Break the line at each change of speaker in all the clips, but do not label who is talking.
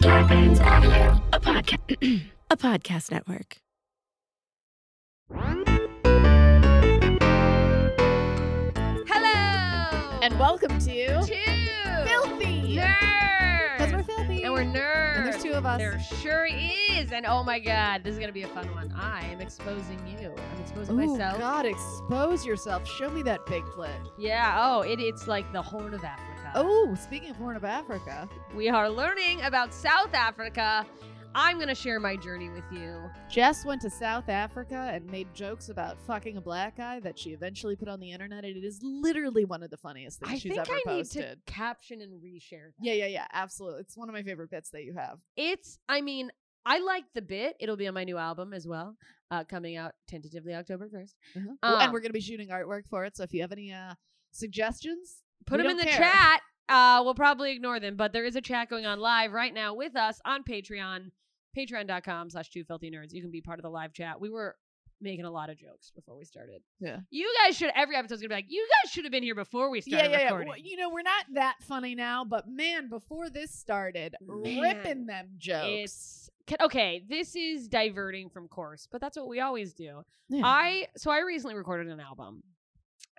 Scarpins Audio, a podcast,
a podcast network.
Hello,
And welcome to
two
Filthy
nerds.
because we're filthy
and we're nerds.
And there's two of us.
There sure is, and oh my god, this is gonna be a fun one. I am exposing you. I'm exposing
Oh
myself.
God, expose yourself. Show me that big flick.
Yeah. Oh, it, it's like the Horn of Africa.
Oh, speaking of Horn of Africa,
we are learning about South Africa. I'm gonna share my journey with you.
Jess went to South Africa and made jokes about fucking a black guy that she eventually put on the internet, and it is literally one of the funniest things
I
she's
think
ever
I
posted.
need to caption and reshare. That.
Yeah, yeah, yeah, absolutely. It's one of my favorite bits that you have.
It's, I mean, I like the bit. It'll be on my new album as well, uh, coming out tentatively October 1st.
Oh,
Um,
and we're gonna be shooting artwork for it, so if you have any uh, suggestions,
Put
We
them in the
don't care.
chat. Uh, we'll probably ignore them, but there is a chat going on live right now with us on Patreon, patreon.com slash two filthy nerds. You can be part of the live chat. We were making a lot of jokes before we started.
Yeah.
You guys should, every episode's going to be like, you guys should have been here before we
yeah,
started
yeah, yeah.
recording.
Well, you know we're not that funny now, but man, before this started,
Man.
ripping them jokes.
It's ca- okay. This is diverting from course, but that's what we always do.
Yeah.
I so I recently recorded an album,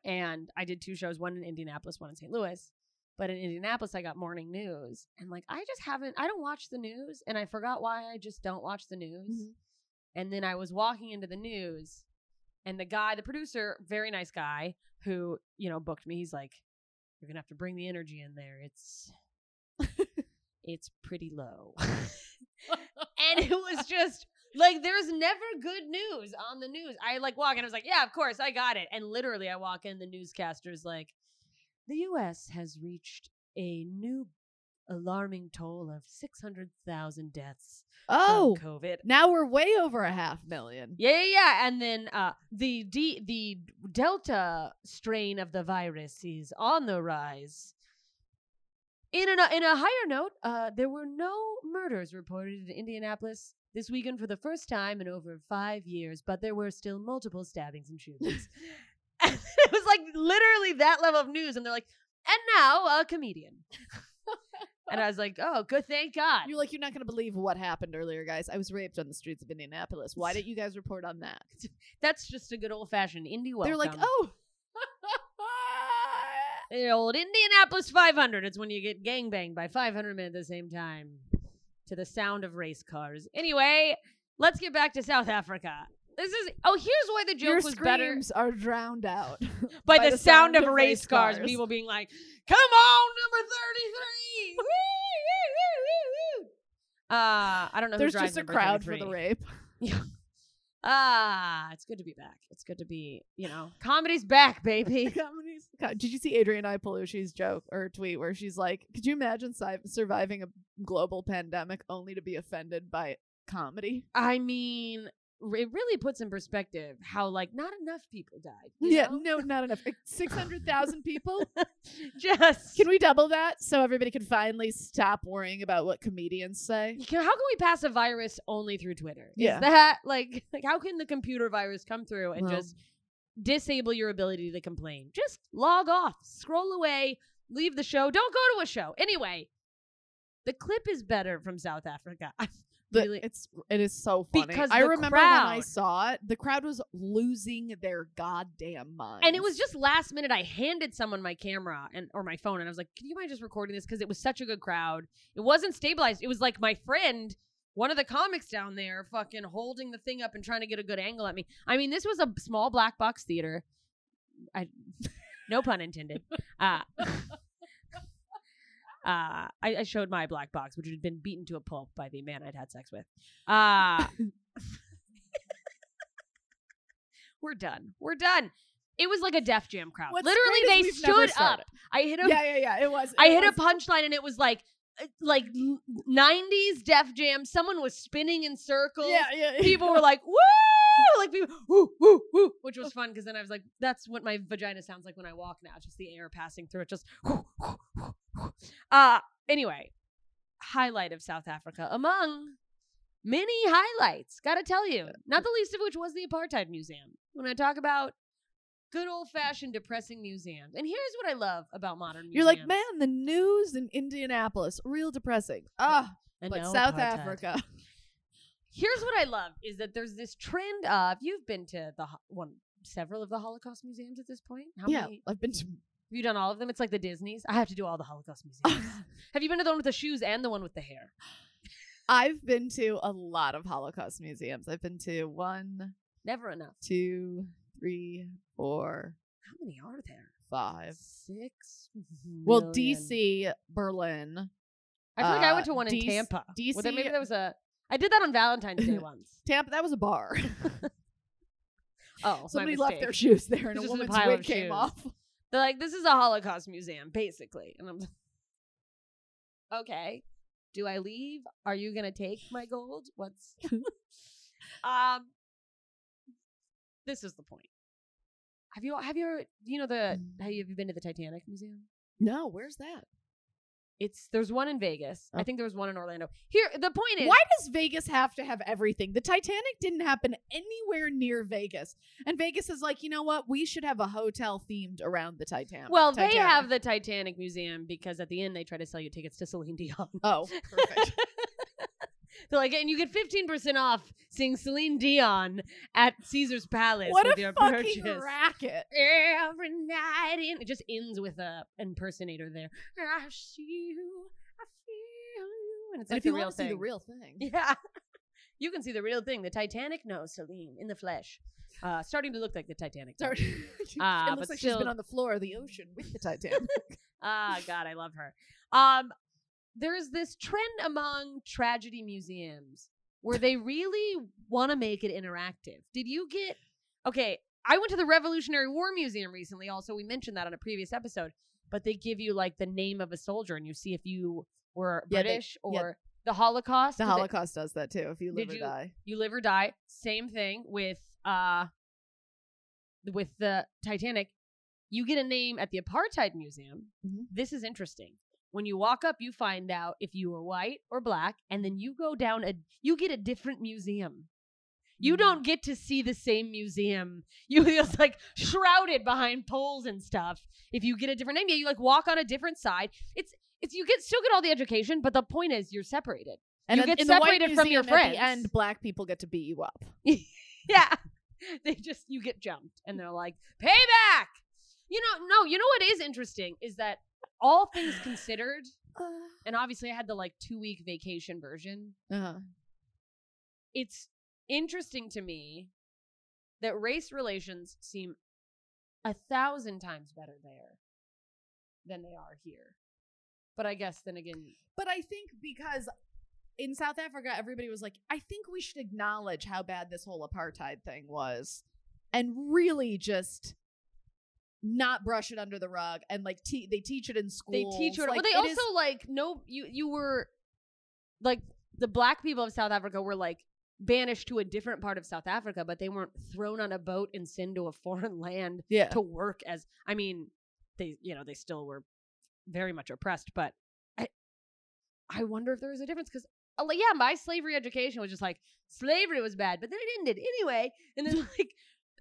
and I did two shows, one in Indianapolis, one in St. Louis. But in Indianapolis, I got morning news, and like I just haven't. I don't watch the news, and I forgot why I just don't watch the news.
Mhm.
And then I was walking into the news, and the guy, the producer, very nice guy, who you know booked me. He's like, "You're gonna have to bring the energy in there. It's, it's pretty low." and it was just like there's never good news on the news. I like walk and I was like, yeah, of course, I got it. And literally I walk in, the newscaster's like, the US has reached a new alarming toll of six hundred thousand deaths
oh,
from COVID.
Now we're way over a half million.
Yeah, yeah, yeah. And then uh, the D- the Delta strain of the virus is on the rise. In, an, in a higher note, uh, there were no murders reported in Indianapolis this weekend for the first time in over five years, but there were still multiple stabbings and shootings. and it was like literally that level of news. And they're like, and now a comedian. and I was like, oh, good, thank God.
You're like, you're not going to believe what happened earlier, guys. I was raped on the streets of Indianapolis. Why didn't you guys report on that?
That's just a good old fashioned indie welcome.
They're like, oh.
The old Indianapolis 500. It's when you get gangbanged by 500 men at the same time to the sound of race cars. Anyway, let's get back to South Africa. This is oh, here's why the joke
Your
was better
screams are drowned out
by, the, sound, of race cars. People being like, "Come on, number 33!" Woo, woo, woo, woo, woo. Uh, I don't know. who
There's
drives
just a
number
crowd for
33.
the rape.
Ah, it's good to be back. It's good to be, you know, comedy's back, baby.
God, did you see Adrienne Iapolucci's joke or tweet where she's like, could you imagine si- surviving a global pandemic only to be offended by comedy?
I mean, r- it really puts in perspective how like not enough people died. you
Yeah,
know?
no, not enough. Like, 600,000 people?
just
Can we double that so everybody can finally stop worrying about what comedians say?
You can- how can we pass a virus only through Twitter?
Yeah.
Is that like like how can the computer virus come through and
Well.
just disable your ability to complain? Just log off, scroll away, leave the show. Don't go to a show. Anyway, the clip is better from South Africa.
The-
Really?
It's it is so funny.
Because
I
the
remember when I
crowd-
saw it, the crowd was losing their goddamn mind.
and it was just last minute i handed someone my camera and or my phone and i was like can you mind just recording this because it was such a good crowd it wasn't stabilized it was like my friend one of the comics down there fucking holding the thing up and trying to get a good angle at me i mean this was a small black box theater i no pun intended uh Uh, I, I showed my black box, which had been beaten to a pulp by the man I'd had sex with. Uh, we're done. We're done. It was like a Def Jam crowd.
What's great
Literally,
is
they
we've never
stood up.
started.
I hit a,
Yeah, yeah, yeah. It was.
I
it
hit a
was-
punchline, and it was like, uh, like l- '90s Def Jam. Someone was spinning in circles.
Yeah, yeah. yeah.
People were like, "Woo!" Like people, woo, woo, woo, which was fun because then I was like, "That's what my vagina sounds like when I walk now. It's just the air passing through it. Just." Whoo, whoo, whoo, whoo. Uh anyway, highlight of South Africa among many highlights. Got to tell you, not the least of which was the apartheid museum. When I talk about good old fashioned depressing museums, and here's what I love about modern museums.
You're like, man, the news in Indianapolis, real depressing. Ah,
And
but
now
South
apartheid.
Africa.
Here's what I love is that there's this trend of you've been to the ho- one several of the Holocaust museums at this point. How
yeah,
many have
I've been to.
you done all of them? It's like the Disney's. I have to do all the Holocaust museums. have you been to the one with the shoes and the one with the hair?
I've been to a lot of Holocaust museums. I've been to one,
Never enough.
two, three, four,
How many are there?
five.
Six.
Well,
million.
DC, Berlin.
I feel like I
uh,
went to one in
DC
Tampa. Well, then maybe
DC
there was a. I did that on Valentine's Day once.
Tampa, that was a bar.
Oh, my
Somebody left their
mistake.
shoes there and
It's
a
just a
woman's
pile
wig
of
came
shoes.
off.
They're like, this is a Holocaust museum, basically. And I'm okay. Do I leave? Are you gonna take my gold? What's um? This is the point. Have you have you ever you know the
Mm.
have you, have you been to the Titanic museum?
No, where's that?
It's there's one in Vegas. I
Oh.
think there was one in Orlando. Here, the point is,
Why does Vegas have to have everything? The Titanic didn't happen anywhere near Vegas. And Vegas is like, you know what? We should have a hotel themed around the Titanic.
well, they
Titanic.
have the Titanic museum because at the end they try to sell you tickets to Celine Dion.
Oh, perfect.
They're like, and you get 15% off seeing Celine Dion at Caesar's Palace
what
with
a
your
fucking
purchase.
racket.
Every night in it just ends with a impersonator there. I see you, I feel you, and it's like
if you
the real
want to
thing.
see the real thing.
yeah, you can see the real thing. The Titanic, no, Celine in the flesh, uh, starting to look like the Titanic. though.
Sorry.
Ah,
it looks
but
like she's
still-
been on the floor of the ocean with the Titanic.
Ah, God, I love her. Um, there's this trend among tragedy museums where they really want to make it interactive. Did you get okay? I went to the Revolutionary War Museum recently. Also, we mentioned that on a previous episode, but they give you like the name of a soldier and you see if you were
Yeah, they-
British
yeah.
or the Holocaust.
the
Did they-
Holocaust does that too. If you live
Did
or
you-
die,
you live or die. Same thing with uh with the Titanic. You get a name at the apartheid museum.
Mhm.
This is interesting. When you walk up, you find out if you were white or black, and then you go down a you get a different museum. You
Mm.
don't get to see the same museum. You it's like shrouded behind poles and stuff. If you get a different name, yeah, you like walk on a different side. It's it's you get still get all the education, but the point is you're separated.
and
you
at-
get
in the White
separated from your
Museum at the
friends.
end, black people get to beat you up.
yeah. They just you get jumped and they're like, "Payback." You know, no, you know what is interesting is that all things considered,
Uh,
and obviously I had the like 2-week vacation version.
Uh-huh.
It's interesting to me that race relations seem a thousand times better there than they are here. But I guess then again,
But I think because in South Africa, everybody was like, I think we should acknowledge how bad this whole apartheid thing was and really just not brush it under the rug and like te- they teach it in school.
they teach you. Like, well, they also like no, you you were like the black people of South Africa were like banished to a different part of South Africa, but they weren't thrown on a boat and sent to a foreign land
yeah.
to work as. I mean, they you know they still were very much oppressed, but I I wonder if there was a difference because. yeah, my slavery education was just like slavery was bad, but then it ended anyway. And then like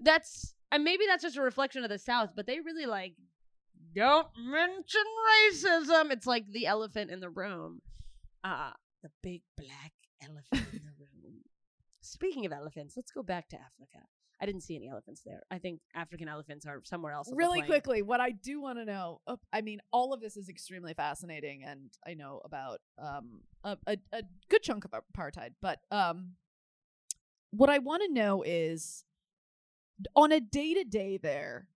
that's and maybe that's just a reflection of the South, but they really like don't mention racism. It's like the elephant in the room. Uh the big black elephant in the room. Speaking of elephants, let's go back to Africa. I didn't see any elephants there. I think African elephants are somewhere else. on the
really
plane.
quickly what i do want to know uh, i mean all of this is extremely fascinating and i know about um a, a, a good chunk of apartheid but um what i want to know is on a day to day there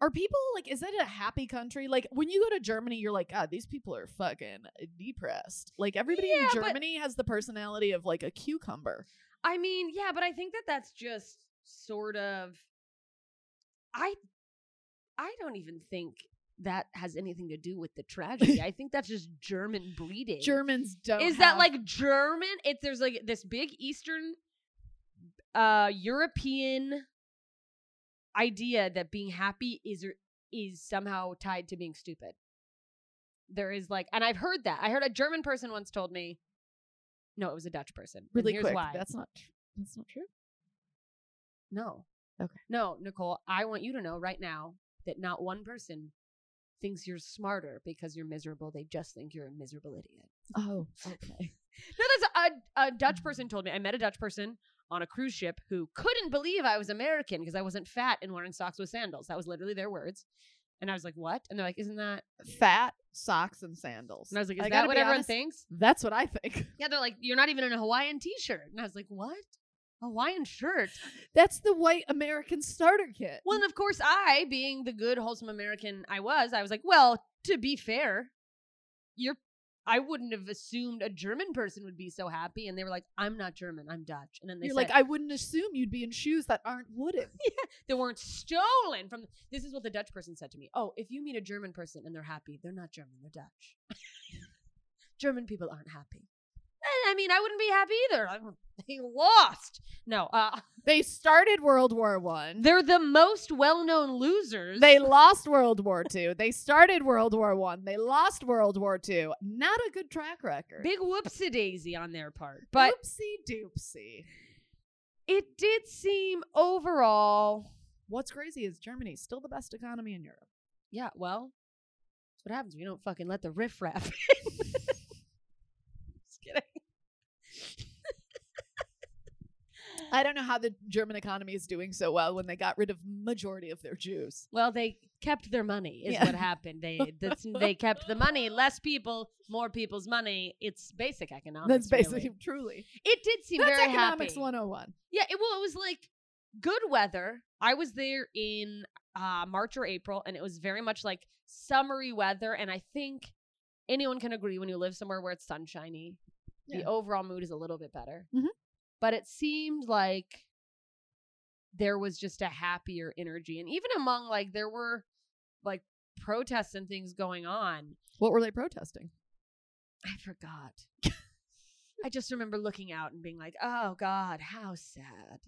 are people like is that a happy country like when you go to germany you're like god these people are fucking depressed like everybody
Yeah,
in
but-
germany has the personality of like a cucumber
I mean, yeah, but I think that that's just sort of I I don't even think that has anything to do with the tragedy. I think that's just German breeding.
germans don't
Is that
have-
like German? It's there's like this big Eastern uh European idea that being happy is is somehow tied to being stupid. There is like and I've heard that. I heard a German person once told me no, it was a Dutch person. and
really
here's
quick
Why.
that's not tr- that's not true
No.
Okay.
No, Nicole, I want you to know right now that not one person thinks you're smarter because you're miserable. They just think you're a miserable idiot.
oh okay
No, that's a, a Dutch person told me. I met a Dutch person on a cruise ship who couldn't believe I was American because I wasn't fat and wearing socks with sandals. That was literally their words. And I was like, what? And they're like, isn't that?
Fat socks and sandals.
And I was like, is
I
that
gotta
what
be
everyone
honest,
thinks?
That's what I think.
Yeah, they're like, you're not even in a Hawaiian t shirt. And I was like, what? Hawaiian shirt.
That's the white American starter kit.
Well, and of course, I, being the good, wholesome American I was, I was like, well, to be fair, you're. I wouldn't have assumed a German person would be so happy. And they were like, I'm not German, I'm Dutch. And then they
You're
said,
like, I wouldn't assume you'd be in shoes that aren't wooden.
they weren't stolen from this is what the dutch person said to me oh if you meet a german person and they're happy they're not german they're dutch german people aren't happy and i mean i wouldn't be happy either I, they lost no uh,
they started World War One.
they're the most well-known losers
They lost World War Two. They started World War One. They lost World War Two. Not a good track record.
big whoopsie daisy on their part but
oopsie doopsie.
it did seem overall
What's crazy is Germany's still the best economy in Europe.
yeah well that's what happens when you don't fucking let the riffraff in. just kidding
I don't know how the German economy is doing so well when they got rid of majority of their Jews.
Well, they kept their money is
Yeah.
what happened. They that's, they kept the money. Less people, more people's money. It's basic economics.
That's basically
really.
truly.
it. Did seem
That's
very
economics
happy.
101.
Yeah, it, well, it was like good weather. I was there in uh, March or April, and it was very much like summery weather. And I think anyone can agree when you live somewhere where it's sunshiny,
Yeah.
the overall mood is a little bit better.
Mhm.
But it seemed like there was just a happier energy, and even among like there were like protests and things going on.
What were they protesting?
I forgot. I just remember looking out and being like, "Oh God, how sad."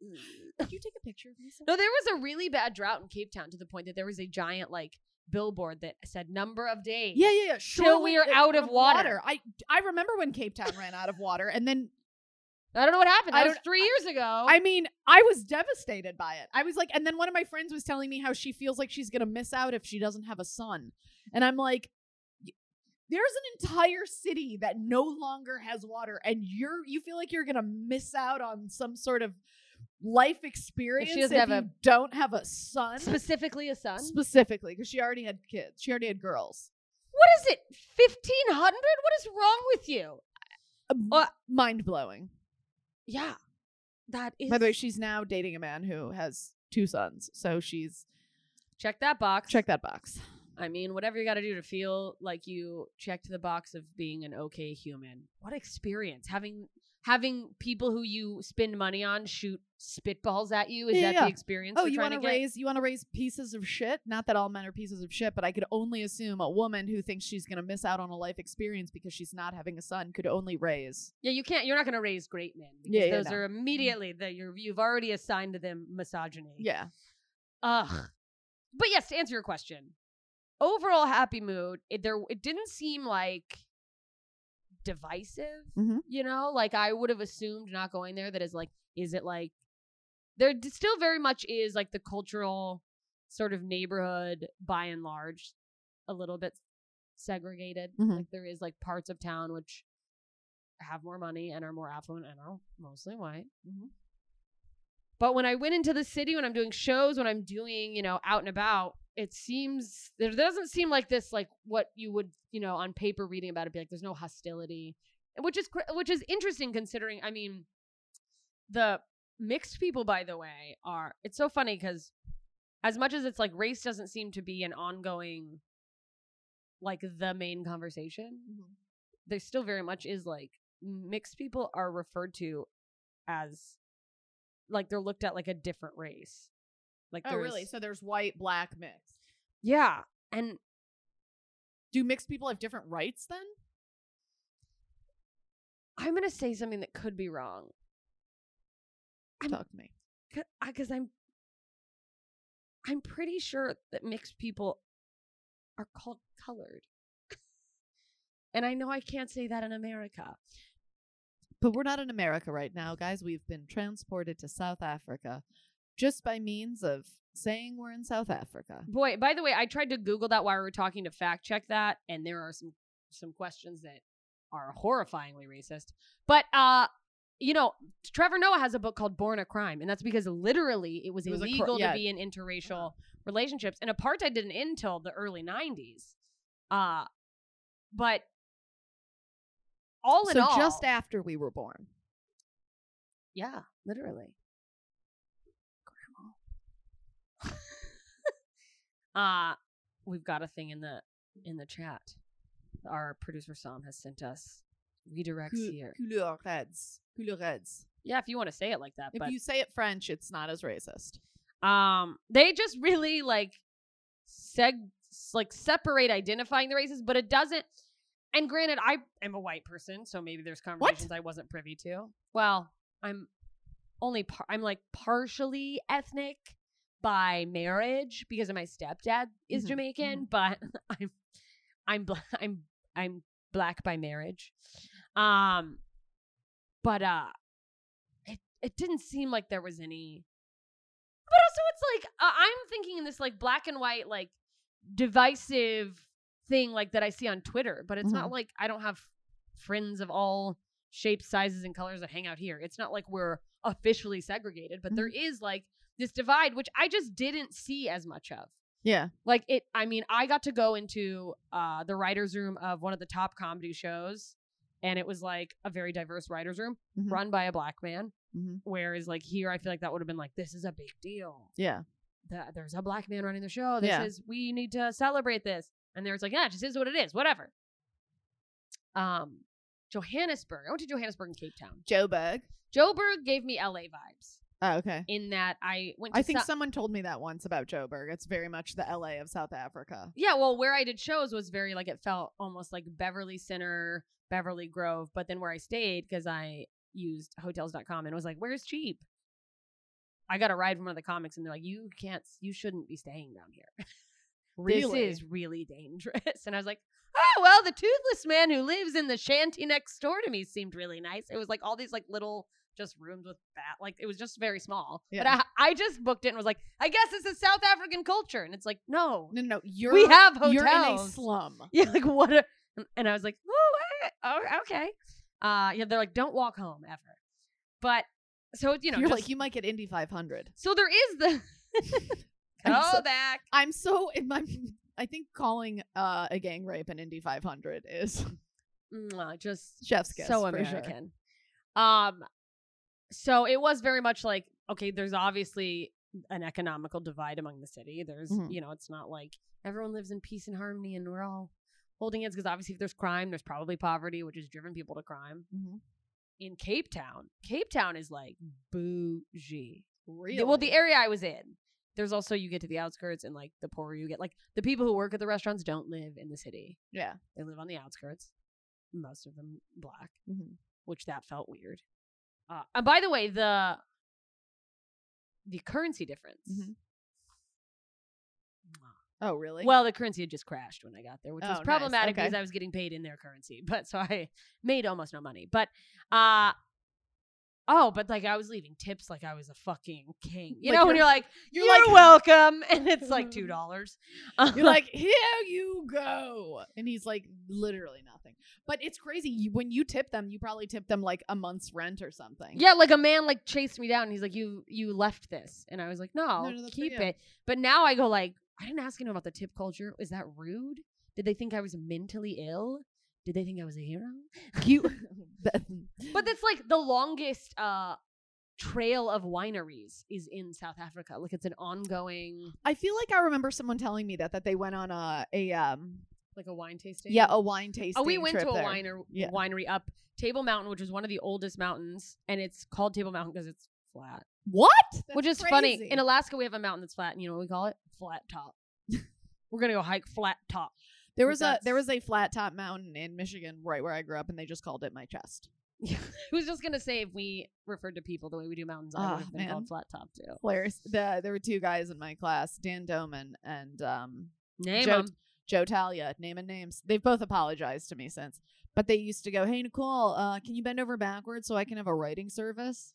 Did you take a picture of me?
No, there was a really bad drought in Cape Town to the point that there was a giant like billboard that said number of days.
Yeah, yeah, yeah.
Till we
Surely
are
they're
out of water.
I I remember when Cape Town ran out of water, and then
I don't know what happened.
I
That was
don't-
three years ago.
I mean, I was devastated by it. I was like, and then one of my friends was telling me how she feels like she's gonna miss out if she doesn't have a son, and I'm like, y- there's an entire city that no longer has water, and you're you feel like you're gonna miss out on some sort of life experience if
doesn't have
you
a-
don't have a son.
specifically a son.
Specifically, because she already had kids. She already had girls.
what is it? Fifteen hundred? What is wrong with you?
Um,
Uh,
Mind blowing.
Yeah, that is.
By the way, she's now dating a man who has two sons. So she's
check that box.
check that box.
I mean, whatever you got to do to feel like you checked the box of being an okay human. What experience having having people who you spend money on shoot spitballs at you? Is
Yeah,
that
yeah.
the experience?
Oh,
you're
you
trying
want
to
to
get?
raise you want to raise pieces of shit? Not that all men are pieces of shit, but I could only assume a woman who thinks she's going to miss out on a life experience because she's not having a son could only raise.
Yeah, you can't. You're not going to raise great men. Because
Yeah, yeah,
those
no. Mm-hmm.
are immediately that you're you've already assigned to them misogyny.
Yeah.
Ugh. But yes, to answer your question, overall happy mood. It there. It didn't seem like divisive.
Mhm.
You know, like I would have assumed not going there. That is like, is it like? There d- still very much is like the cultural sort of neighborhood by and large, a little bit segregated.
Mhm.
Like there is like parts of town which have more money and are more affluent and are mostly white. Mm-hmm. But when I went into the city, when I'm doing shows, when I'm doing, you know, out and about, it seems there doesn't seem like this, like what you would, you know, on paper reading about it, be like, there's no hostility, which is cr- which is interesting considering. I mean, the mixed people, by the way, are it's so funny because as much as it's like race doesn't seem to be an ongoing, like the main conversation,
Mm-hmm.
there still very much is like mixed people are referred to as like they're looked at like a different race. Like
Oh, really?
there's-
So there's white, black, mixed.
yeah. And
Do mixed people have different rights then?
I'm going to say something that could be wrong I'm-
Talk to me.
because I'm I'm pretty sure that mixed people are called colored. and I know I can't say that in America.
But we're not in America right now, guys. We've been transported to South Africa just by means of saying we're in South Africa.
Boy, by the way, I tried to Google that while we were talking to fact check that, and there are some some questions that are horrifyingly racist. But uh, you know, Trevor Noah has a book called Born a Crime, and that's because literally it was,
It was a cr-
illegal
yeah.
to be in interracial relationships, and apartheid didn't end till the early '90s. Uh, but all in
so
all,
just after we were born.
yeah, literally. Grandma. uh we've got a thing in the in the chat. Our producer Sam has sent us redirects here.
Couleur reds. Couleur reds.
Yeah, if you want to say it like that,
If
but
you say it French, it's not as racist.
um they just really like seg like separate identifying the races, but it doesn't and granted I am a white person, so maybe there's conversations I wasn't privy to. Well, I'm only par- I'm like partially ethnic by marriage because of my stepdad is
Mhm,
Jamaican, but I'm I'm bla- I'm I'm black by marriage. Um but uh it it didn't seem like there was any but also it's like uh, I'm thinking in this like black and white like divisive thing like that I see on Twitter, but it's not like I don't have friends of all shapes, sizes, and colors that hang out here. It's not like we're officially segregated, but there is like this divide, which I just didn't see as much of.
Yeah.
Like it, I mean, I got to go into uh, the writer's room of one of the top comedy shows, and it was like a very diverse writer's room
Mhm.
run by a black man.
Mhm.
Whereas, like, here, I feel like that would have been like, this is a big deal
Yeah.
that there's a black man running the show. This
Yeah.
is we need to celebrate this. And there's like, yeah, it just is what it is, whatever. Um, Johannesburg. I went to Johannesburg and Cape Town.
Joburg.
Joburg gave me LA vibes
Oh, okay.
in that I went. To
I think
so-
someone told me that once about Joburg. It's very much the LA of South Africa.
yeah, well, where I did shows was very like it felt almost like Beverly Center, Beverly Grove. But then where I stayed because I used Hotels.com and was like, where's cheap? I got a ride from one of the comics, and they're like, "You can't, you shouldn't be staying down here."
Really?
this is really dangerous. And I was like, oh, well, the toothless man who lives in the shanty next door to me seemed really nice. It was like all these like little just rooms with bat, like it was just very small.
Yeah.
But I, I just booked it and was like, I guess this is South African culture. And it's like, no,
No, no, no, you're
we have hotels.
you're in a slum.
Yeah, like what? A, and- and I was like, oh, eh, oh, okay. Uh, yeah, they're like, don't walk home ever. But so you know,
you're
just-
like you might get Indy 500.
so there is the
I'm
go
so-
back.
I'm so in my. I think calling uh, a gang rape an Indy 500 is
Mwah, Just
chef's kiss.
So
for sure.
American. Um, so it was very much like okay, there's obviously an economical divide among the city. There's
Mhm.
you know, it's not like everyone lives in peace and harmony and we're all holding hands because obviously if there's crime, there's probably poverty, which has driven people to crime.
Mhm.
In Cape Town, Cape Town is like bougie.
Really?
The- Well, the area I was in. There's also you get to the outskirts and like the poorer you get, like the people who work at the restaurants don't live in the city.
yeah.
They live on the outskirts. Most of them black
Mhm.
which that felt weird. Uh, and by the way, the the currency difference.
Mhm. Oh, really?
Well, the currency had just crashed when I got there, which
Oh,
was
nice.
problematic
Okay.
because I was getting paid in their currency, but so I made almost no money. But uh oh, but like I was leaving tips like I was a fucking king. You
Like
know when you're
you're-
like
you're
you're,
like-
welcome and it's like two dollars.
You're like, here you go. And he's like, literally nothing. But it's crazy. You, when you tip them, you probably tip them like a month's rent or something.
Yeah, like a man like chased me down and he's like, You you left this. And I was like, No,
no, that's for
keep
you."
it. But now I go like, I didn't ask anyone about the tip culture. Is that rude? Did they think I was mentally ill? Did they think I was a hero?
You. hmm.
But that's like the longest uh trail of wineries is in South Africa. Like it's an ongoing
I feel like I remember someone telling me that that they went on a a um
like a wine tasting.
yeah a wine tasting.
Oh, we went
trip
to a
there.
winer-
Yeah.
winery up Table Mountain, which is one of the oldest mountains, and it's called Table Mountain because it's flat.
What?
which is
That's
funny.
crazy.
In Alaska, we have a mountain that's flat, and you know what we call it? Flat top. We're gonna go hike flat top.
there was a there
that's-
was a flat top mountain in Michigan right where I grew up, and they just called it my chest.
Who's just gonna say if we referred to people the way we do mountains, I
Ah,
would have been
man.
called flat top too.
Hilarious. The, there were two guys in my class, Dan Doman and um
Name
Joe-
'em.
Joe Talia, name and names. They've both apologized to me since. But they used to go, Hey Nicole, uh, can you bend over backwards so I can have a writing service?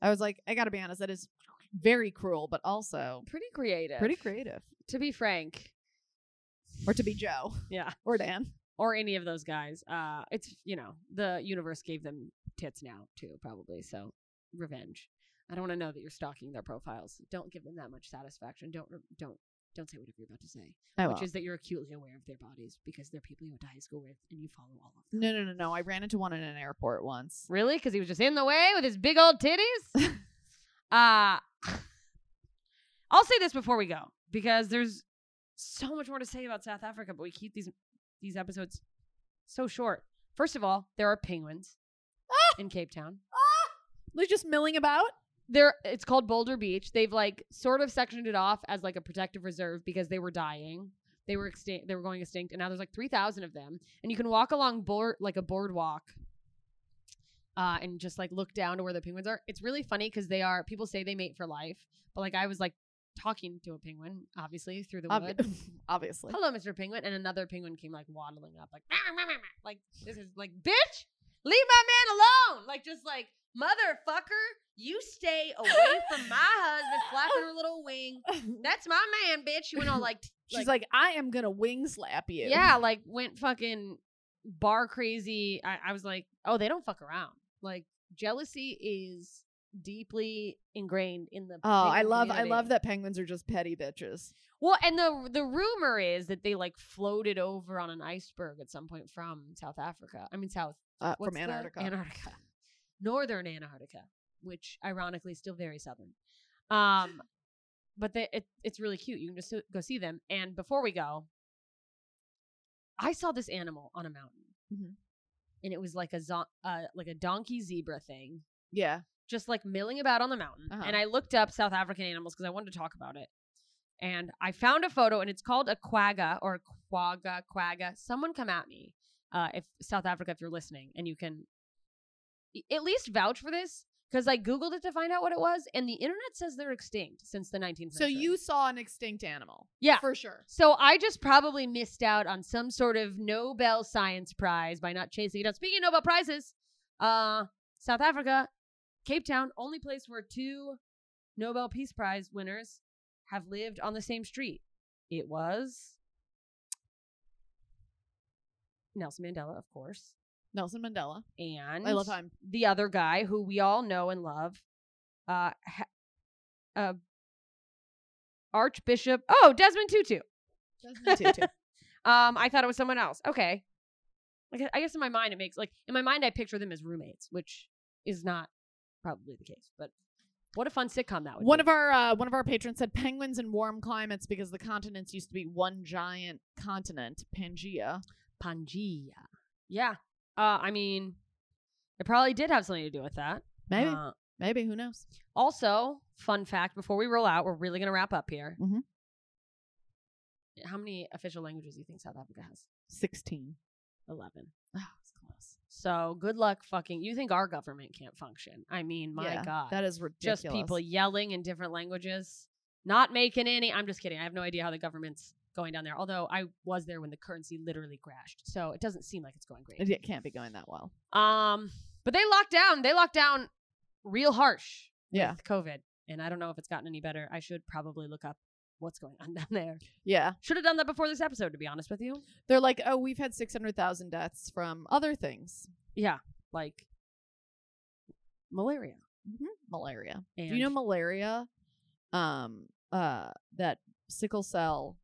I was like, I gotta be honest, that is very cruel, but also
Pretty creative.
pretty creative.
To be frank.
Or to be Joe
Yeah.
or Dan.
or any of those guys. Uh, it's you know the universe gave them tits now too, probably. So revenge. I don't want to know that you're stalking their profiles. Don't give them that much satisfaction. Don't re- don't don't say whatever you're about to say,
I
which
won't.
is that you're acutely aware of their bodies because they're people you went to high school with and you follow all of them.
no, no, no, no. I ran into one in an airport once.
Really? Because he was just in the way with his big old titties? uh, I'll say this before we go because there's so much more to say about South Africa, but we keep these these episodes so short. First of all, there are penguins in Cape Town.
They're just milling about.
There, it's called Boulder Beach. They've like sort of sectioned it off as like a protective reserve because they were dying. They were extinct. They were going extinct, and now there's like three thousand of them, and you can walk along board like a boardwalk. Uh, and just like look down to where the penguins are. It's really funny because they are. People say they mate for life, but like I was like talking to a penguin, obviously through the
Obvi-
wood.
obviously.
Hello, Mr. Penguin, and another penguin came like waddling up, like "Meow, meow, meow, meow." like this is like bitch, leave my man alone, like just like motherfucker, you stay away from my husband, flapping her little wing. That's my man, bitch. She went all like, t-
She's like, I am gonna wing slap you.
yeah, like went fucking bar crazy. I, I was like, oh, they don't fuck around. Like jealousy is deeply ingrained in the.
Oh, I
penguin
love, I
community.
love that penguins are just petty bitches.
Well, and the the rumor is that they like floated over on an iceberg at some point from South Africa. I mean, South
Uh,
what's
from
the-
Antarctica.
Antarctica, northern Antarctica, which ironically is still very southern. Um, but they, it, it's really cute. You can just so- go see them. And before we go, I saw this animal on a mountain,
Mhm.
and it was like a zo- uh, like a donkey zebra thing
yeah.
just like milling about on the mountain.
Uh-huh.
And I looked up South African animals because I wanted to talk about it. And I found a photo, and it's called a quagga or a quagga quagga. Someone come at me, uh, if South Africa, if you're listening, and you can i- at least vouch for this because I googled it to find out what it was, and the internet says they're extinct since the 19th
So
century.
you saw an extinct animal.
Yeah.
for sure.
So I just probably missed out on some sort of Nobel Science Prize by not chasing it down. Speaking of Nobel Prizes, uh, South Africa, Cape Town, only place where two Nobel Peace Prize winners have lived on the same street. It was Nelson Mandela, of course,
Nelson Mandela.
and
I love how I'm
the other guy who we all know and love, uh, ha- uh, Archbishop. Oh, Desmond Tutu.
Desmond Tutu.
Um, I thought it was someone else. Okay. I guess, I guess in my mind it makes like in my mind I picture them as roommates, which is not probably the case. But what a fun sitcom that would
one
be.
of our uh, one of our patrons said penguins in warm climates because the continents used to be one giant continent, Pangea.
Pangea. Yeah. Uh, I mean, it probably did have something to do with that.
Maybe,
Uh,
maybe who knows?
also, fun fact: before we roll out, we're really gonna wrap up here.
Mhm.
How many official languages do you think South Africa has?
Sixteen.
Eleven.
Oh, it's close.
So good luck fucking. You think our government can't function? I mean, my
Yeah,
god,
that is ridiculous.
just people yelling in different languages, not making any. I'm just kidding. I have no idea how the government's going down there. Although I was there when the currency literally crashed, so it doesn't seem like it's going great.
It it can't be going that well.
Um, but they locked down. They locked down real harsh
Yeah,
with COVID, and I don't know if it's gotten any better. I should probably look up what's going on down there.
yeah.
Should have done that before this episode, to be honest with you.
They're like, oh, we've had six hundred thousand deaths from other things,
Yeah, like malaria.
Mm-hmm. malaria.
And
Do you know malaria? Um, uh, that sickle cell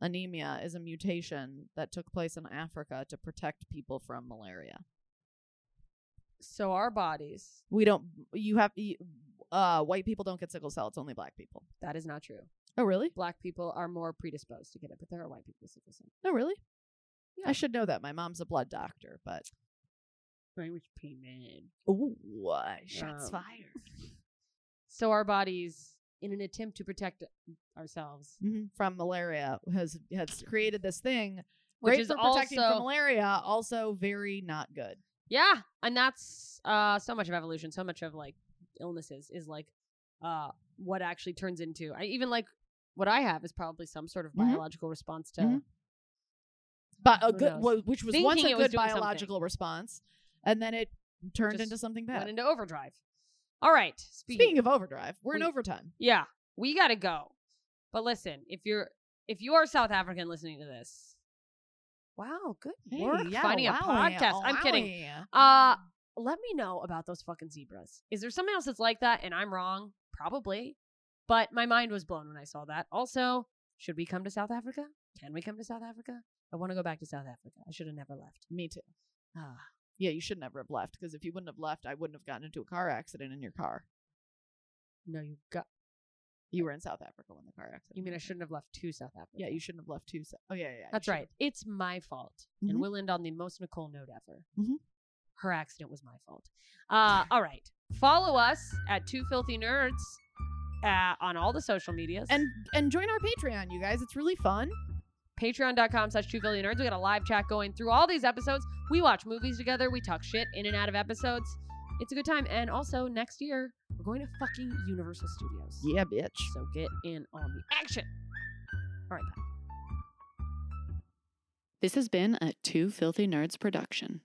anemia is a mutation that took place in Africa to protect people from malaria.
so our bodies.
We don't. You have. y- Uh, white people don't get sickle cell. It's only black people.
That is not true.
Oh really?
Black people are more predisposed to get it, but there are white people with sickle cell.
Oh really?
Yeah.
I should know that. My mom's a blood doctor, but
Language pain.
ooh, uh, shots
Um,
fired
So our bodies, in an attempt to protect ourselves,
Mhm. from malaria has has created this thing.
which
Great
is
for
also
protecting from malaria, also very not good.
yeah, and that's uh, so much of evolution, so much of like illnesses is like uh, what actually turns into. I even like what I have is probably some sort of
Mhm.
biological response to.
Mhm. But a
Who
good,
knows?
wha- which was once
Thinking
a
it was
good
doing something.
biological response, and then it turned
Just
into something
Went
bad.
into overdrive. All right. Speaking,
Speaking of overdrive, we're in
we-
overtime.
Yeah, we gotta go. But listen, if you're if you are South African listening to this, Wow, good
Hey,
work
yeah,
finding a
wowee,
podcast. I'm kidding.
wowee.
Uh, Let me know about those fucking zebras. Is there something else that's like that? And I'm wrong, probably. But my mind was blown when I saw that. Also, should we come to South Africa? Can we come to South Africa? I want to go back to South Africa. I should have never left.
Me too.
Ah,
Yeah, you should never have left because if you wouldn't have left, I wouldn't have gotten into a car accident in your car.
no, you got.
You were in South Africa when the car accident.
You mean I
happened.
shouldn't have left to South Africa?
Yeah, you shouldn't have left too. So- oh yeah, yeah. yeah, you
That's
should
right. Mm-hmm.
have.
It's my fault.
Mhm.
And we'll end on the most Nicole note ever.
Mhm.
Her accident was my fault. Uh, all right. Follow us at Two Filthy Nerds uh, on all the social medias.
And and join our Patreon, you guys. It's really fun.
patreon.com slash Two Filthy Nerds. We got a live chat going through all these episodes. We watch movies together. We talk shit in and out of episodes. It's a good time. And also, next year, we're going to fucking Universal Studios.
Yeah, bitch.
So get in on the action. All right. Bye.
This has been a Two Filthy Nerds production.